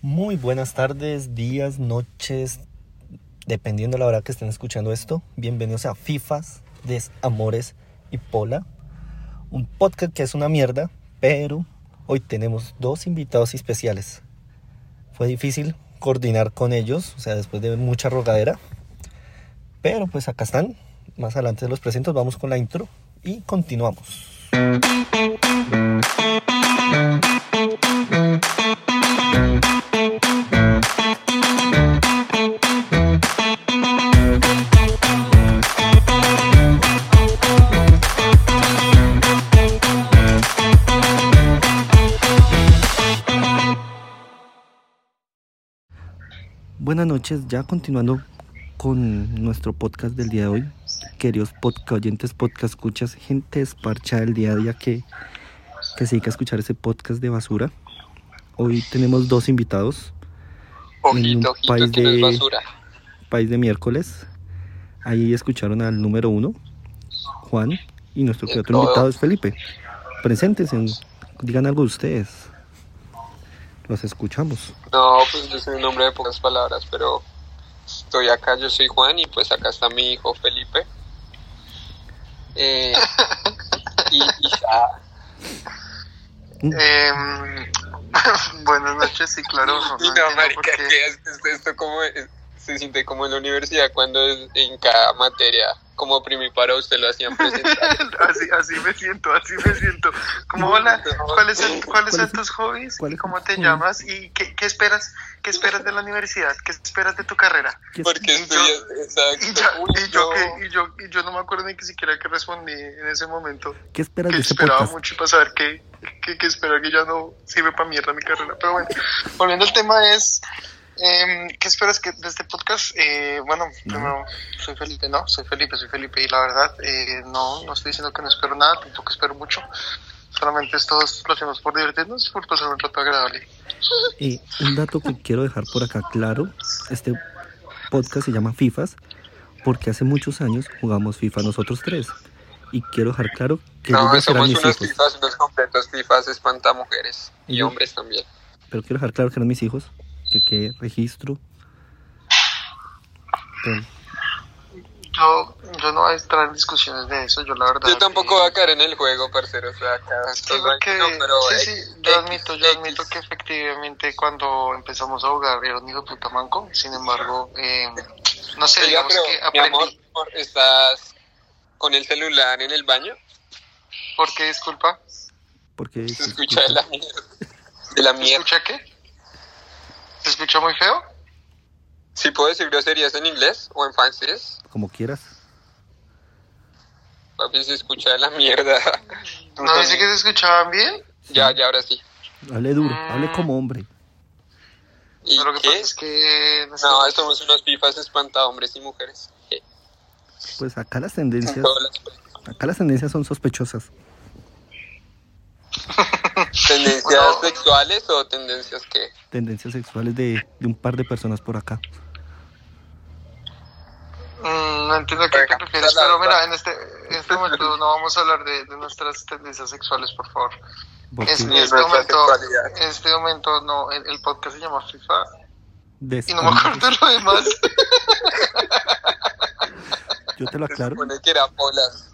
Muy buenas tardes, días, noches, dependiendo de la hora que estén escuchando esto. Bienvenidos a FIFAs, Desamores y Pola. Un podcast que es una mierda, pero hoy tenemos dos invitados especiales. Fue difícil coordinar con ellos, o sea, después de mucha rogadera. Pero pues acá están. Más adelante los presentos, vamos con la intro y continuamos. Buenas noches, ya continuando con nuestro podcast del día de hoy, queridos podcast oyentes, podcast escuchas, gente esparchada del día a día que, que se dedica a escuchar ese podcast de basura. Hoy tenemos dos invitados, En un Ojito, ojito, país que no de- es basura. país de miércoles. Ahí escucharon al número uno, Juan, y nuestro De otro todo. invitado es Felipe. Presentes, digan algo ustedes. Los escuchamos. No, pues yo soy un hombre de pocas palabras, pero estoy acá, yo soy Juan y pues acá está mi hijo Felipe. Eh, y, y- ah, Em, buenas noches, sí, claro. no y entiendo no, marica, por qué. que es- esto, esto como es- se siente como en la universidad cuando es en cada materia, como primipara usted lo hacían presentar. así, así me siento, así me siento. Como, hola, ¿cuáles son, ¿cuáles son tus hobbies? cuál es ¿Cómo tu te hobby? llamas? ¿Y qué, qué esperas? ¿Qué esperas de la universidad? ¿Qué esperas de tu carrera? ¿Qué- Porque Y yo- estudias, Y, exacto. ya- Uy, y yo, no. que, y, yo, y yo no me acuerdo ni que siquiera que respondí en ese momento. ¿Qué esperas Que de este esperaba podcast? mucho para saber que, que, que espero que ya no sirve para mierda mi carrera. Pero bueno, volviendo al tema es, em, ¿qué esperas que de este podcast? Eh, bueno, primero, soy Felipe, ¿no? Soy Felipe, soy Felipe y la verdad, eh, no, no estoy diciendo que no espero nada, tampoco espero mucho. Solamente esto lo hacemos por divertirnos y por pasar un rato agradable. Eh, un dato que quiero dejar por acá claro, este podcast se llama FIFAs porque hace muchos años jugamos FIFA nosotros tres. Y quiero dejar claro que ellos No, dos eran somos mis unos hijos. tifas, unos completos tifas, espanta mujeres y Ujú. hombres también. Pero quiero dejar claro que eran mis hijos, que quede registro. Pero, Yo, yo no voy a entrar en discusiones de eso, yo la verdad. Yo tampoco eh, voy a caer en el juego, parcero. O sea, acá Ah, Sí, todo porque, tranquilo, pero eh, sí, X, sí, yo X, admito, yo X. admito que efectivamente cuando empezamos a jugar era un hijo de puta manco, sin embargo, eh, no sé, Oiga, digamos pero, que mi amor, aprendí, amor, ¿estás con el celular en el baño? porque disculpa, porque Se escucha de la mierda. De la ¿se mierda. escucha qué? ¿Se escucha muy feo? ¿Sí puedo decir groserías en inglés o en francés? como quieras. Papi, se escucha de la mierda. ¿No dice que se escuchaban bien? Ya, ya, ahora sí. Hable duro, hable como hombre. ¿Y Pero lo que pasa qué? es que... este No, sé, No, somos unos pifas espanta hombres y mujeres. Je, Pues acá las en tendencias, todas las acá las tendencias son sospechosas. ¿Tendencias sexuales o tendencias que Tendencias sexuales de, de un par de personas por acá. mm, no entiendo a qué te Venga, refieres, la- pero la- mira, en este, en este momento no vamos a hablar de, de nuestras tendencias sexuales, por favor. Porque Es- En Sí, este nuestra momento, sexualidad. en este momento no, el, el podcast se llama FIFA des- y no me acuerdo lo demás. yo te lo Se aclaro, supone que era polas.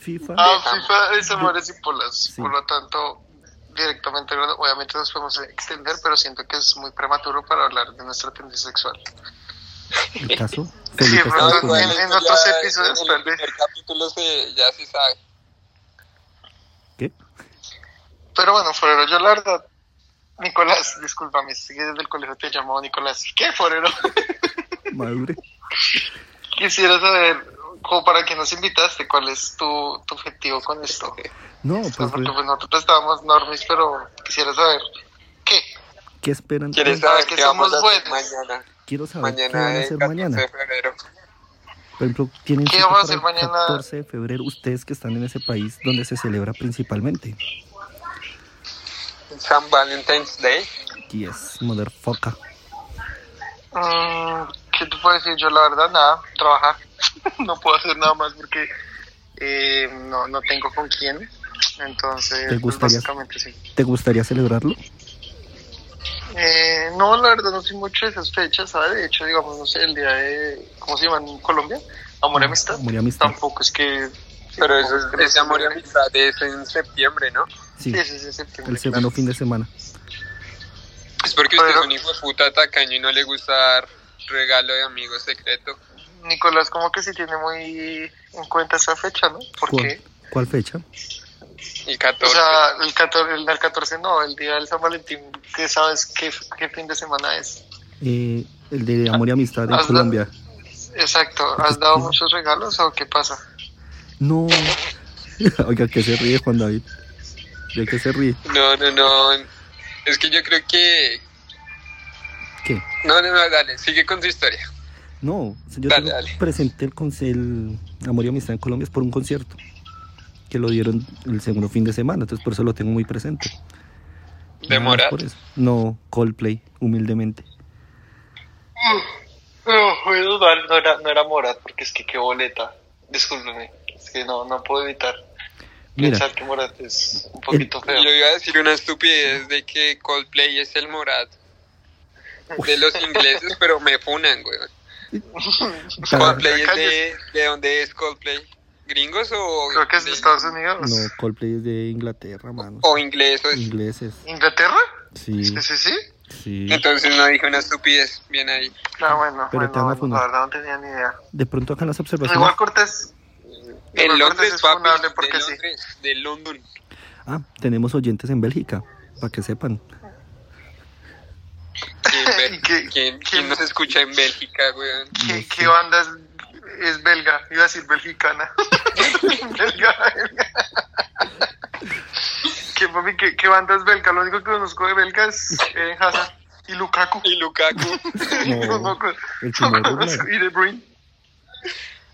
FIFA Ah, Dejamos. FIFA es amores y polas. Sí. Por lo tanto, directamente, hablando, obviamente nos podemos extender, pero siento que es muy prematuro para hablar de nuestra tendencia sexual. El caso, Sí, Felipe Ah, pero estaba no, con pues, en- él. en otros Ya, episodios, en tal el vez. primer capítulo se, ya se sabe. ¿Qué? Pero bueno, Forero, yo la verdad, Nicolás, discúlpame, si desde el colegio te llamó Nicolás. ¿Qué, Forero? Madure. Quisiera saber, como para qué nos invitaste, cuál es tu, tu objetivo con esto. No, pues, Porque güey, pues, nosotros estábamos normis, pero quisiera saber, ¿qué? pues, ¿qué esperan? ¿Quieres Ay, saber que qué vamos a somos hacer buenos. mañana? Quiero saber Ah, qué Mañana van a es hacer 14 mañana. de febrero. Por ejemplo, tienen eh, ¿Qué cita vamos para a hacer el mañana? 14 de febrero, ustedes que están en ese país donde se celebra principalmente. San Valentine's Day. Yes, motherfucker. Mm, ¿Qué te puedo decir? Yo la verdad nada, trabajar. no puedo hacer nada más porque eh, no, no tengo con quién. Entonces, ¿Te pues, gustaría? básicamente sí. ¿Te gustaría celebrarlo? Eh, no, la verdad no soy mucho de esas fechas, ¿sabes? De hecho, digamos, no sé, el día de, ¿cómo se llama en Colombia? Amor y amistad. Ah, Amor y amistad. Tampoco es que... sí, Pero eso es, tampoco que ese amor y amistad es en septiembre, ¿no? Sí, Sí, sí, sí, septiembre, el segundo fin de semana. Es porque usted Pero- es un hijo de puta tacaño y no le gusta dar regalo de amigo secreto. claro. Nicolás, como que sí tiene muy en cuenta esa fecha, ¿no? ¿Por ¿Cuál, qué? cuál fecha? Y O 14. sea, el 14, el, el 14 no, el día del San Valentín, ¿qué sabes qué, qué fin de semana es? Eh, el de amor y amistad en Ah, Hazla. Colombia. Exacto, ¿has dado muchos regalos o qué pasa? No. Oiga, que se ríe Juan David. ¿De qué se ríe? no, no, no. Es que yo creo que. ¿Qué? No, no, no, dale, sigue con tu historia. No, yo Dale, tengo- dale. presenté el, conce- el Amor y Amistad en Colombia es por un concierto que lo dieron el segundo fin de semana, entonces por eso lo tengo muy presente. ¿De Nada más Morat? por eso. No, Coldplay, humildemente. No, bueno, no, era- no era, no era Morat, porque es que qué boleta. Discúlpeme, es que no, no puedo evitar Mira, pensar que Morat es un poquito Yo feo. iba a decir una estupidez de que Coldplay es el Morat de los ingleses, pero me funan, güey. para- Coldplay es de, Calles. de dónde es Coldplay? ¿Gringos o.? Creo que es de de- Estados Unidos. no, Coldplay es de Inglaterra, mano. O inglesos. Ingleses. ¿Inglaterra? Sí, Sí, sí, sí. sí. Entonces no dije una estupidez. Bien ahí. No, Ah, bueno, Pero te bueno, van a bueno, funar. la verdad no tenía ni idea. De pronto acá en las observaciones. Igual Cortés. En Igual Cortés Londres, es papi. funable De porque sí. Londres, de London. Ah, tenemos oyentes en Bélgica, para que sepan. ¿Quién, ¿Y qué- ve- quién- quién nos escucha en Bélgica, weón? No ¿Qué, sé. qué banda es, es belga? Iba a decir belgicana. belga, belga. ¿Qué, papi, qué, qué banda es belga? Lo único que conozco de belga es Eden Hazard y Lukaku. Y Lukaku. No, No con- el no Tomorrowland. conozco y De Bruyne.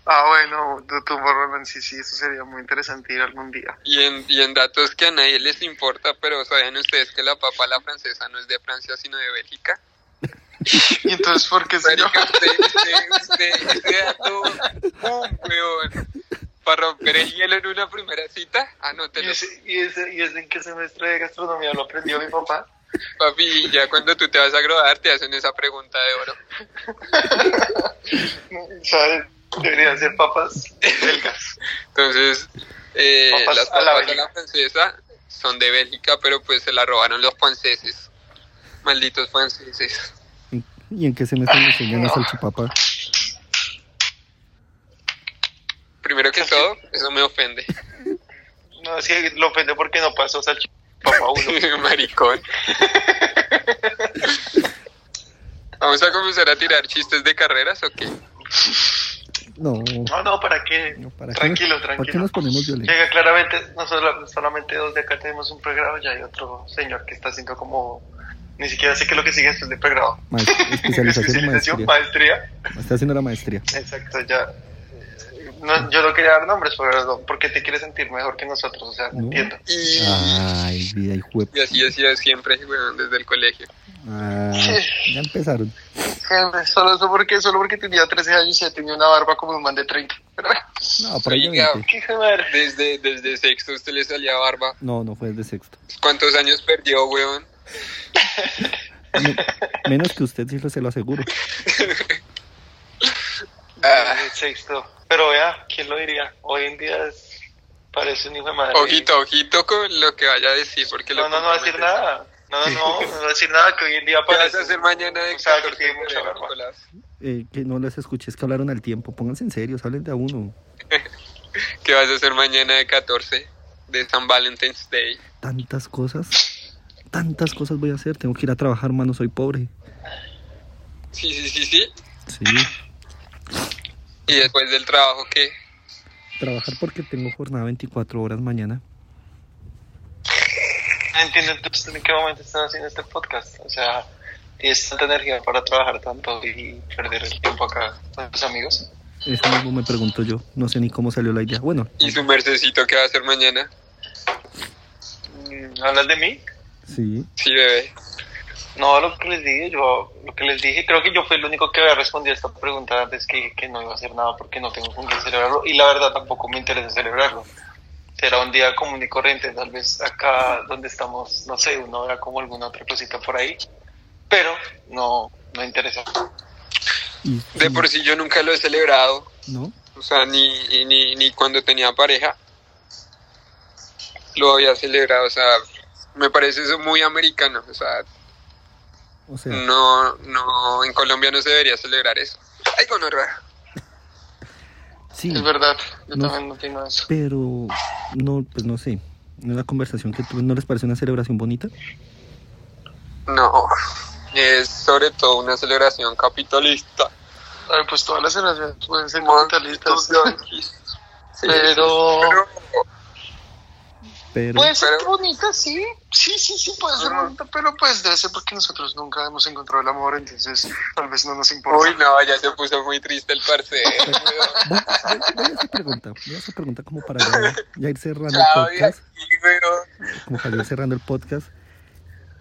Ah, bueno, de Tomorrowland, sí, sí, eso sería muy interesante ir algún día. Y en, y en datos que a nadie les importa, pero ¿saben ustedes que la papa a la francesa no es de Francia, sino de Bélgica? Y entonces, ¿por qué se llama? Marica, usted, usted, usted, este dato, ¡pum, weón! Para romper el hielo en una primera cita, Ah, ¿Y anótelo. ese, y, ese, ¿Y ese en qué semestre de gastronomía lo aprendió mi papá? Papi, ya cuando tú te vas a graduar te hacen esa pregunta de oro. ¿Sabes? Debería ser papas belgas. Entonces, eh, Papas las a la papas a Bélgica. la francesa son de Bélgica, pero pues se la robaron los franceses. Malditos franceses. ¿Y en qué semestre nos enseñan a salchipapa? Primero que todo, eso me ofende. No, es que lo ofende porque no pasó salchipapa uno. Maricón. Vamos a comenzar a tirar chistes de carreras o qué? No, No, no, ¿para qué? no, ¿para qué, tranquilo, nos- ¿para qué tranquilo. nos ponemos violentos? Llega claramente, no solo- solamente dos de acá tenemos un pregrado, ya hay otro señor que está haciendo como... Ni siquiera sé qué es lo que sigue después de pregrado. Maes- especialización o maestría. maestría. Está haciendo la maestría. Exacto, ya. No, yo no quería dar nombres, pero no, porque te quieres sentir mejor que nosotros, o sea, No. entiendo. Y, Ah. Ay, vida y juep. y así decía siempre, weón, desde el colegio. Ay, ah, ya empezaron. Gente, Eh, pues, Solo eso porque, solo porque tenía 13 años y ya tenía una barba como un man de 30. Pero bueno, No, por ahí de Oiga. 20. qué hijo de madre. Desde, desde sexto usted le salía barba. No, no fue de sexto. ¿Cuántos años perdió, weón? Me- menos que usted, sí lo- se lo aseguro. Ah. El sexto. Pero vea, ¿quién lo diría? Hoy en día es- parece un hijo de madre. Ojito, ojito con lo que vaya a decir, porque No, lo no, no va a decir compromete. nada. No, no, no, no va a decir nada que hoy en día ¿Qué vas parece. a hacer mañana de o sea, que 14 tiene de mucha febrero, barba. Nicolás? Eh, que no les escuché, es que hablaron al tiempo. Pónganse en serio, hablen de a uno. ¿Qué vas a hacer mañana de 14 de San Valentine's Day? Tantas cosas. Tantas cosas voy a hacer. Tengo que ir a trabajar, mano. Soy pobre. Sí, sí, sí, sí. Sí. Y después del trabajo, ¿qué? Trabajar porque tengo jornada 24 horas mañana. No entiendo entonces en qué momento están haciendo este podcast. O sea, tienes tanta energía para trabajar tanto y perder el tiempo acá con tus amigos. Eso mismo me pregunto yo. No sé ni cómo salió la idea. Bueno, ¿Y su mercecito qué va a hacer mañana? Mm, ¿Hablas de mí? sí. Sí, bebé. No, lo que les dije, yo lo que les dije, creo que yo fui el único que había respondido a esta pregunta antes que dije que no iba a hacer nada porque no tengo con qué celebrarlo y la verdad tampoco me interesa celebrarlo. Será un día común y corriente, tal vez acá donde estamos, no sé, una hora como alguna otra cosita por ahí, pero no, no interesa. Y- De y- por sí yo nunca lo he celebrado, ¿No? o sea, ni, y ni, ni cuando tenía pareja lo había celebrado, o sea, me parece eso muy americano, o sea, O sea, no, no, en Colombia no se debería celebrar eso. Ay, gonorrea. Sí, Es verdad, yo No. también opino eso. pero no, pues no sé. ¿No es la conversación que tuve? ¿No les parece una celebración bonita? No, es sobre todo una celebración capitalista. Ay, pues todas las relaciones pueden ser Malditos capitalistas. yanquis. Sí, Pero- Pero Puede ser Pero- Pues, bonita, sí. Sí, sí, sí, puede ser Ah. bonita, pero pues debe ser porque nosotros nunca hemos encontrado el amor, entonces tal vez no nos importa. Uy, no, ya se puso muy triste el eh. parcero. weón. voy, voy- voy a esa pregunta, voy a esa pregunta como para ya, ya ir cerrando Chao, el podcast. y weón. Como para ir cerrando el podcast.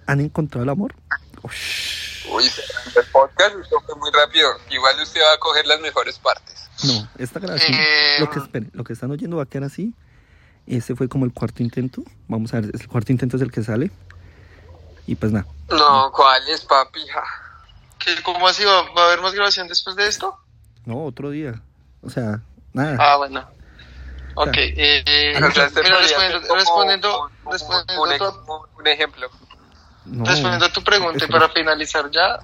¿Han encontrado el amor? Ush. Uy, cerrando el podcast, esto fue muy rápido. Igual usted va a coger las mejores partes. No, esta grabación, Eh, lo que esperen, lo que están oyendo va a quedar así. Este fue como el cuarto intento. Vamos a ver, el cuarto intento es el que sale. Y pues nada, No, ¿cuál es, papi? Ja. ¿Qué- ¿Cómo así? ¿Va, va a haber más grabación después de esto? no, otro día. O sea, nada. Ah, bueno. Ok, Claro. eh, eh, O sea, usted mira, podría hacer respondiendo, como respondiendo, un- un- respondiendo, un a tu, ex- un- un ejemplo. No. respondiendo a tu pregunta y para finalizar ya,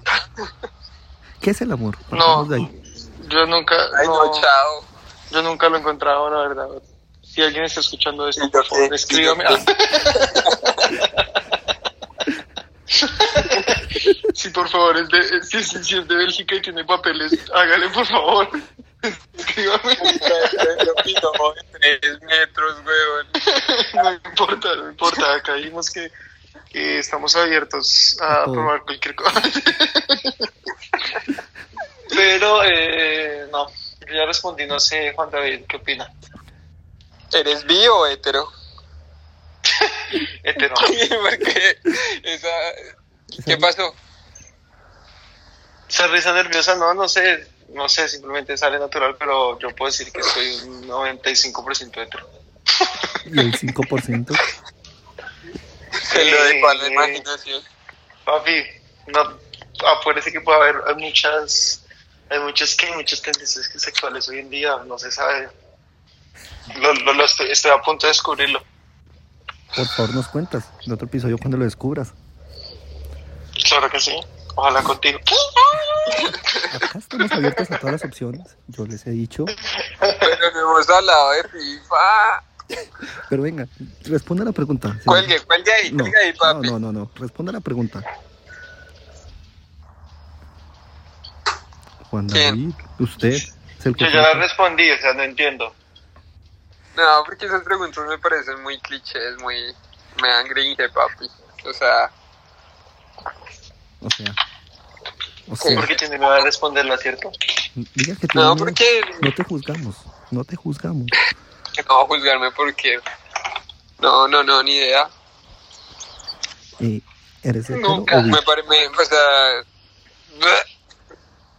¿Qué es el amor? No. Partamos de ahí. yo nunca, Ay, no, no, chao. yo nunca lo he encontrado, la verdad. Si alguien está escuchando esto, Y yo por favor, qué, escríbame. y yo Sí, por favor, es de, si, si- si es de Bélgica y tiene papeles, hágale, por favor. Escríbame. Yo pido tres metros, weón. No importa, no importa. Acá dijimos que, que estamos abiertos a Todo. probar cualquier cosa. Pero, eh, no, yo ya respondí, no sé, Juan David, ¿qué opina? ¿Eres bi o hetero? Hetero. Porque esa... ¿Qué pasó? Esa risa nerviosa, no, no sé, no sé, simplemente sale natural, pero yo puedo decir que soy un 95% hetero. Y el 5%. Se lo dejo a la imaginación. Papi, no, ah, acuérdese que puede haber hay muchas, hay muchas que muchas tendencias sexuales hoy en día, no se sabe. Lo, lo, lo estoy, estoy a punto de descubrirlo. Por favor, nos cuentas. En otro episodio cuando lo descubras. Claro que sí. Ojalá contigo. Acá estamos abiertos a todas las opciones. Yo les he dicho. Pero no hemos hablado de FIFA. Pero venga, responda la pregunta. Sí. Cuelgue, cuelgue ahí, No, cuelgue ahí, no, papi. no, no, no. Responda la pregunta. Juan ¿Quién? David, usted. Es el que Yo ya la respondí, o sea, no entiendo. No, porque esas preguntas me parecen muy clichés, muy... Me dan gringe, papi. O sea, O sea. O sea, Porque tiene nada a responderla, ¿cierto? diga que tiene Mm. no, miedo. porque... No te juzgamos. No te juzgamos. No, juzgarme porque... No, no, no, ni idea. Eh, ¿Eres hetero o Nunca. bi? Me pare, me, o sea...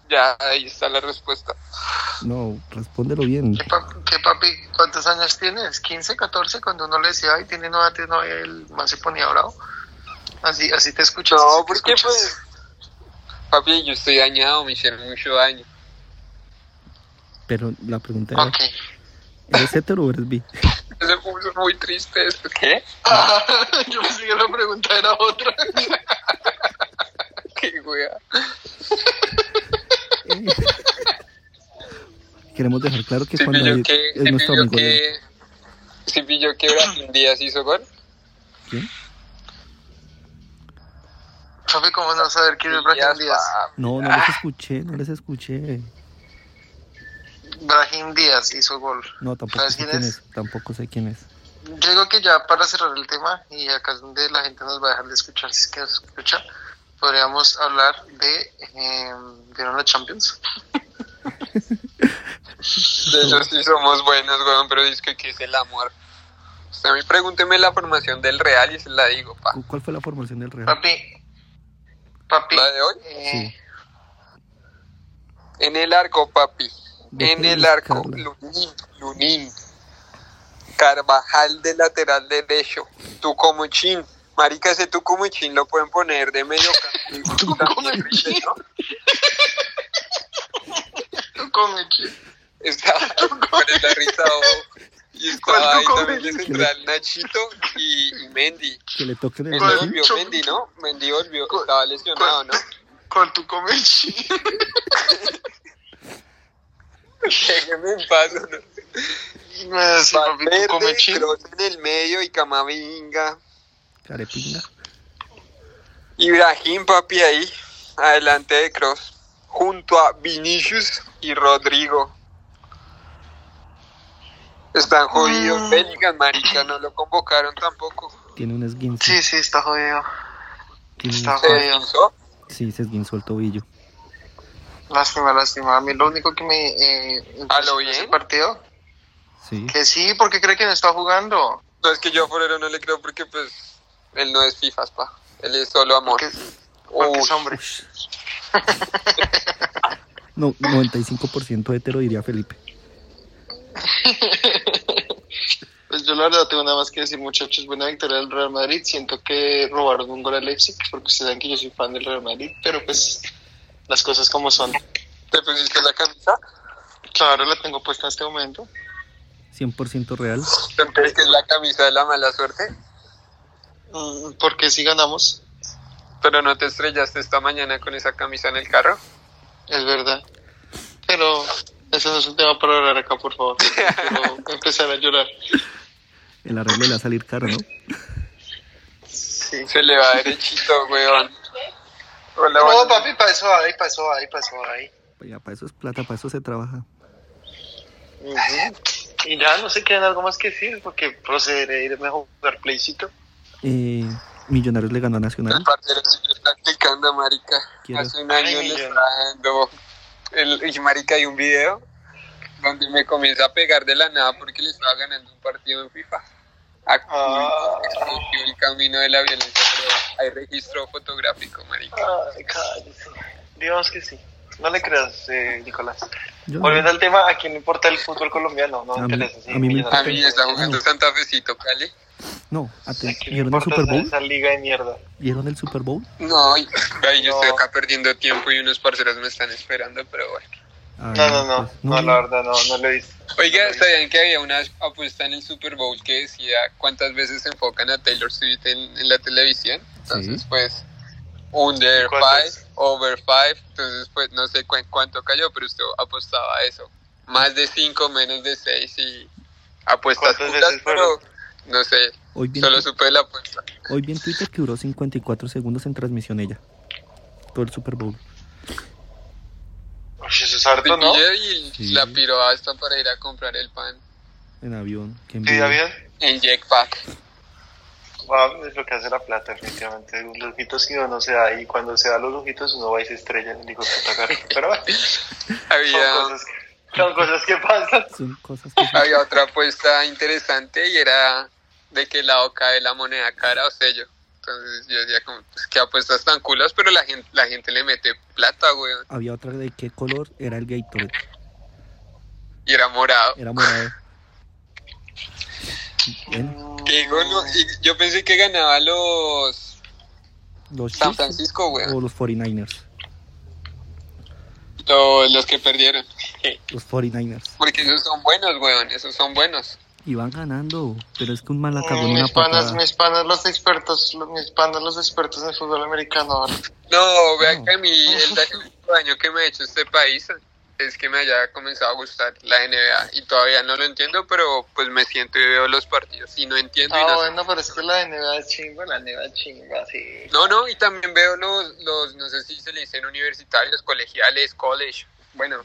Ya, ahí está la respuesta. No, respóndelo bien. ¿Qué, pa- qué papi? ¿Cuántos años tienes? ¿15, 14? Cuando uno le decía, ay, tiene novia, tiene novia, él más se ponía bravo. Así, así te escuchas. así No, te porque escuchas. pues... Papi, yo estoy dañado, me hicieron mucho daño. Pero la pregunta era, Ok. ¿eres hetero o eres bi? Se puso muy triste esto. ¿Qué? yo pensé que la pregunta era otra. Qué wea. Eh. Queremos dejar claro que Si Juan pilló David que, es si nuestro pilló amigo. de- que, si pilló que Brasil Díaz hizo gol. ¿Quién? Papi, ¿cómo no saber quién es Brahim Díaz? papi. No, no les escuché, no les escuché. Brahim Díaz hizo gol. No, tampoco ¿Sabes sé quién quién es? es. Tampoco sé quién es. Yo digo que ya para cerrar el tema, y acá es donde la gente nos va a dejar de escuchar, si es que nos escucha, podríamos hablar de. Eh, ¿Vieron la Champions? De eso sí somos buenos, weón, pero dice que qué es el amor. Usted a mí pregúnteme la formación del Real y se la digo, pa. ¿Cu- ¿Cuál fue la formación del Real? Papi. Papi. ¿La de hoy? eh, En el arco, papi. Deje En de el arco. buscarla. Lunín, Lunín. Carvajal de lateral derecho. Tucomuchín. Marica, ese Tucumuchín lo pueden poner de medio campo. Tucumuchín. ¿no? Tú come, chido. Estaba Brenda Rizao y estaba ¿Cuál ahí Tucumuchín? también de central Nachito y, y Mendy. Que le toquen el Mendy ¿Cuál? volvió, Cho- Mendy, ¿no? Mendy volvió, ¿Cuál? estaba lesionado, ¿no? Con tu come, chido. Déjenme en paz, ¿no? Ah, Sí, papi, tú come, Valverde, chido. Kroos en el medio y Camavinga. carepinga. Ibrahim, papi, ahí, adelante de Cross, junto a Vinicius y Rodrigo. Están jodidos. Mm. Bellingham, marica, no lo convocaron tampoco. Tiene un esguince. Sí, sí, está jodido. tiene un- está Se jodido. deslizó. sí, se esguinzó el tobillo. Lástima, lástima. A mí lo único que me eh, ¿A lo impresionó bien? ese partido, Sí. que sí, porque cree que no está jugando. No es que yo a Forero no le creo porque, pues, él no es FIFA, pa. Él es solo amor. Porque, porque Uy. es hombre. No, 95% hetero diría Felipe. Pues yo la verdad tengo nada más que decir, muchachos, buena victoria del Real Madrid. Siento que robaron un gol al Leipzig, porque ustedes saben que yo soy fan del Real Madrid, pero pues las cosas como son. ¿Te pusiste la camisa? Claro, la tengo puesta en este momento. 100% real. ¿Tú crees que es la camisa de la mala suerte? Mm, Porque si ganamos, Pero no te estrellaste esta mañana con esa camisa en el carro. es verdad. Pero ese no es un tema para hablar acá, por favor. Quiero empezar a llorar. El arreglo le va a salir caro, ¿no? Sí. Se le va derechito, weón. Hola, No, buenas papi, pasó ahí, pasó ahí, pasó ahí. Ya, para eso es plata, para eso se trabaja. Y ya no sé qué algo más que decir, porque procederé a irme a jugar playcito. Eh, Millonarios le ganó a El Nacional. parcero se está practicando, marica. Quiero. Hace un año le Ay, yo. estaba dando... El, y marica, hay un video donde me comienza a pegar de la nada porque le estaba ganando un partido en FIFA. Acu- Ah. Escogió el camino de la violencia, pero hay registro fotográfico, marica. Ay, cállese. Digamos que sí. No le creas, eh, Nicolás. Yo, Volviendo al tema, ¿a quién le importa el fútbol colombiano? No A me mí- interesa. sí, a mí me A Millonarios. mí está jugando Santa Fecito, Cali. no, ate- ¿A quién le ¿vieron el importa Super Bowl? Esa liga de mierda. ¿Vieron el Super Bowl? No, y- ay, yo No. estoy acá perdiendo tiempo y unos parceros me están esperando, pero bueno. Ah, No, no, no. pues, No, la verdad, no, no lo he visto. Oiga, ¿sabían que había una apuesta en el Super Bowl que decía cuántas veces se enfocan a Taylor Swift en, en la televisión? Entonces, Sí. pues, under ¿Y cuántas? 5, over 5, entonces, pues, no sé cu- cuánto cayó, pero usted apostaba a eso. Más de 5, menos de 6 y apuestas ¿Cuántas putas, veces pero no sé, Hoy vi, en, solo supe la apuesta. hoy vi en Twitter que duró 54 segundos en transmisión ella. Todo el Super Bowl. Uy, eso es harto, ¿no? Pillé Y Sí. la piró hasta para ir a comprar el pan En avión. Que Sí, David. en Jackpack. Va, es lo que hace la plata, efectivamente. Los lujitos que uno se da y cuando se da los lujitos uno va y se estrella en el hijo de puta carro. Pero bueno, son, Había, cosas que, son cosas que pasan. Son cosas que... había otra apuesta interesante y era de qué lado cae la moneda cara o sello. Entonces yo decía, como, pues, qué apuestas tan culas, pero la gente, la gente le mete plata, güey. Había otra de qué color era el Gatorade. Y era morado. Era morado. Ven, Qué golo- y yo pensé que ganaba los los San Chiefs Francisco, güey. o los 49ers. Todos los que perdieron. Los 49ers. Porque esos son buenos, güey. Esos son buenos. Iban ganando, pero es que un mal acabó en una Mm, Mis panas, patada. mis panas los expertos, los- mis panas los expertos en fútbol americano. Ah, ¿vale? No, vean No. que a mí el da- el daño que me ha hecho este país es que me haya comenzado a gustar la NBA y todavía no lo entiendo, pero pues me siento y veo los partidos y no entiendo. y Ah, no, sé. bueno, pero es que la de NBA es chimba, la NBA es chimba, sí. no, no, y también veo los, los, no sé si se le dicen universitarios, colegiales, college, bueno,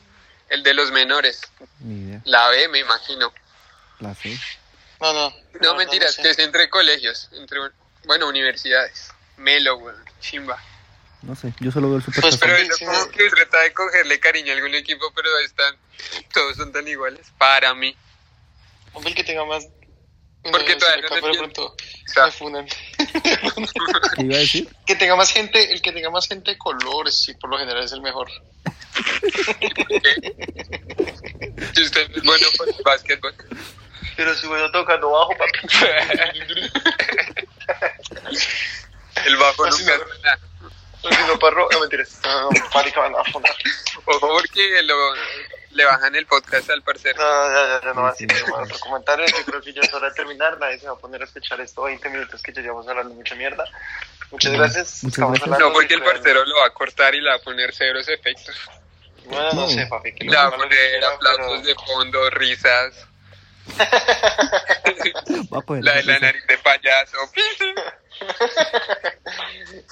el de los menores, Ni idea. la B me imagino. La sé. No, no. No, mentiras, sé. que es entre colegios, entre, bueno, universidades, melo, weón, chimba. No sé. Yo solo veo el Super Pues, Pero Sí, eso sí. como que trata de cogerle cariño a algún equipo, pero están, todos son tan iguales para mí. Hombre, el que tenga más. Porque se todavía me no acaba, pero entiendo. pronto O sea, me funan. ¿Qué iba a decir? Que tenga más gente, el que tenga más gente de colores, sí, por lo general es el mejor. si usted es bueno para el básquetbol. Pero si voy tocando bajo, papi. El bajo Así nunca no. suena. Si no, parro, no mentiras. Ah, No, no, marica, van a afundar. Ojo porque lo- le bajan el podcast al parcero. No, ya, ya, ya, no va a decir nada más. otro comentario. Yo creo que ya es hora de terminar. Nadie se va a poner a escuchar esto 20 minutos que ya llevamos hablando mucha mierda. Muchas gracias. Muchas Estamos gracias. hablando No, porque el de- parcero lo va a cortar y le va a poner ceros efectos. Bueno, no No. sé, papi. Que Le va a haga lo que poner quiera, aplausos de fondo, risas, Va a poner la de la risa. nariz de payaso.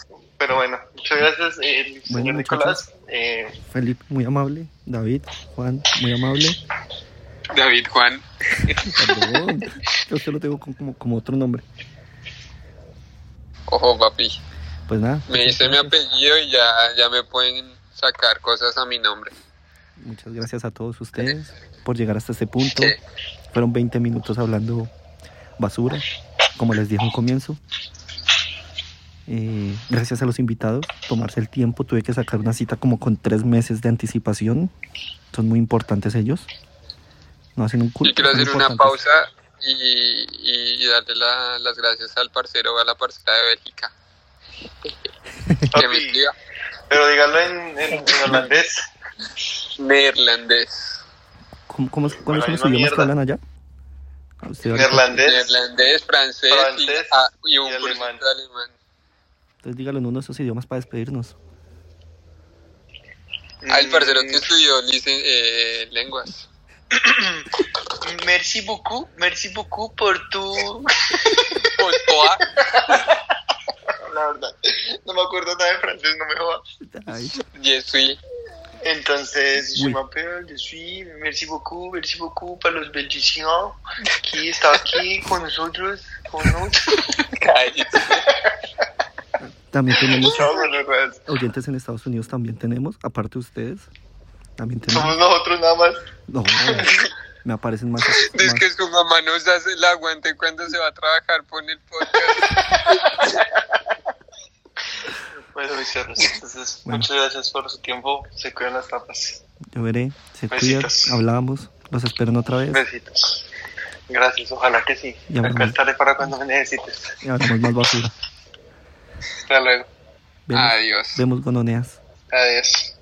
pero, pero bueno, muchas gracias, eh, señor Bueno, Nicolás. Eh, Felipe, muy amable. David, Juan, muy amable. David Juan. Perdón, yo se lo tengo como, como, como otro nombre. Ojo, papi. Pues nada. Me hice mi apellido y ya, ya me pueden sacar cosas a mi nombre. Muchas gracias a todos ustedes por llegar hasta este punto. Sí. Fueron 20 minutos hablando basura, como les dije al comienzo. Eh, gracias a los invitados, tomarse el tiempo. Tuve que sacar una cita como con tres meses de anticipación. Son muy importantes ellos. No hacen un culo. Yo quiero son hacer una importantes. pausa y, y darle la- las gracias al parcero o a la parcera de Bélgica. Que me Papi. escriba pero dígalo en, en, en holandés. neerlandés. ¿Cómo, cómo, es- ¿Cuáles son los misma idiomas que mierda. hablan allá? Ah, usted ahorita- Neerlandés. Neerlandés, francés, Francés y, ah, y un y por alemán. ciento de alemán. Entonces dígalo en uno de esos idiomas para despedirnos. Al Ah, parcero Mm, que estudió licen- eh, lenguas. Merci beaucoup, merci beaucoup por tu. Con Pues, toa. La verdad, no me acuerdo nada de francés, no me jodas. Ay, Yes, sí. Entonces, je Oui. m'appelle, je suis, merci beaucoup, merci beaucoup para los belgicians que está aquí con nosotros, con nosotros. Cállate. también tenemos Chao, buenas noches. oyentes en Estados Unidos, también tenemos, aparte de ustedes. También tenemos. Somos nosotros nada más. No, me aparecen más. Dice más- que su mamá nos hace el aguante cuando se va a trabajar, pone el podcast. Bueno, mis cerros, entonces, Bueno. muchas gracias por su tiempo. Se cuidan las tapas. Yo veré, se cuidan, Besitos. hablamos, los esperan otra vez Besitos. Gracias, ojalá que sí. Ya Acá hablamos. estaré para cuando me necesites. y hablamos más basura. Hasta luego. Vemos, Adiós. vemos gononeas. Adiós.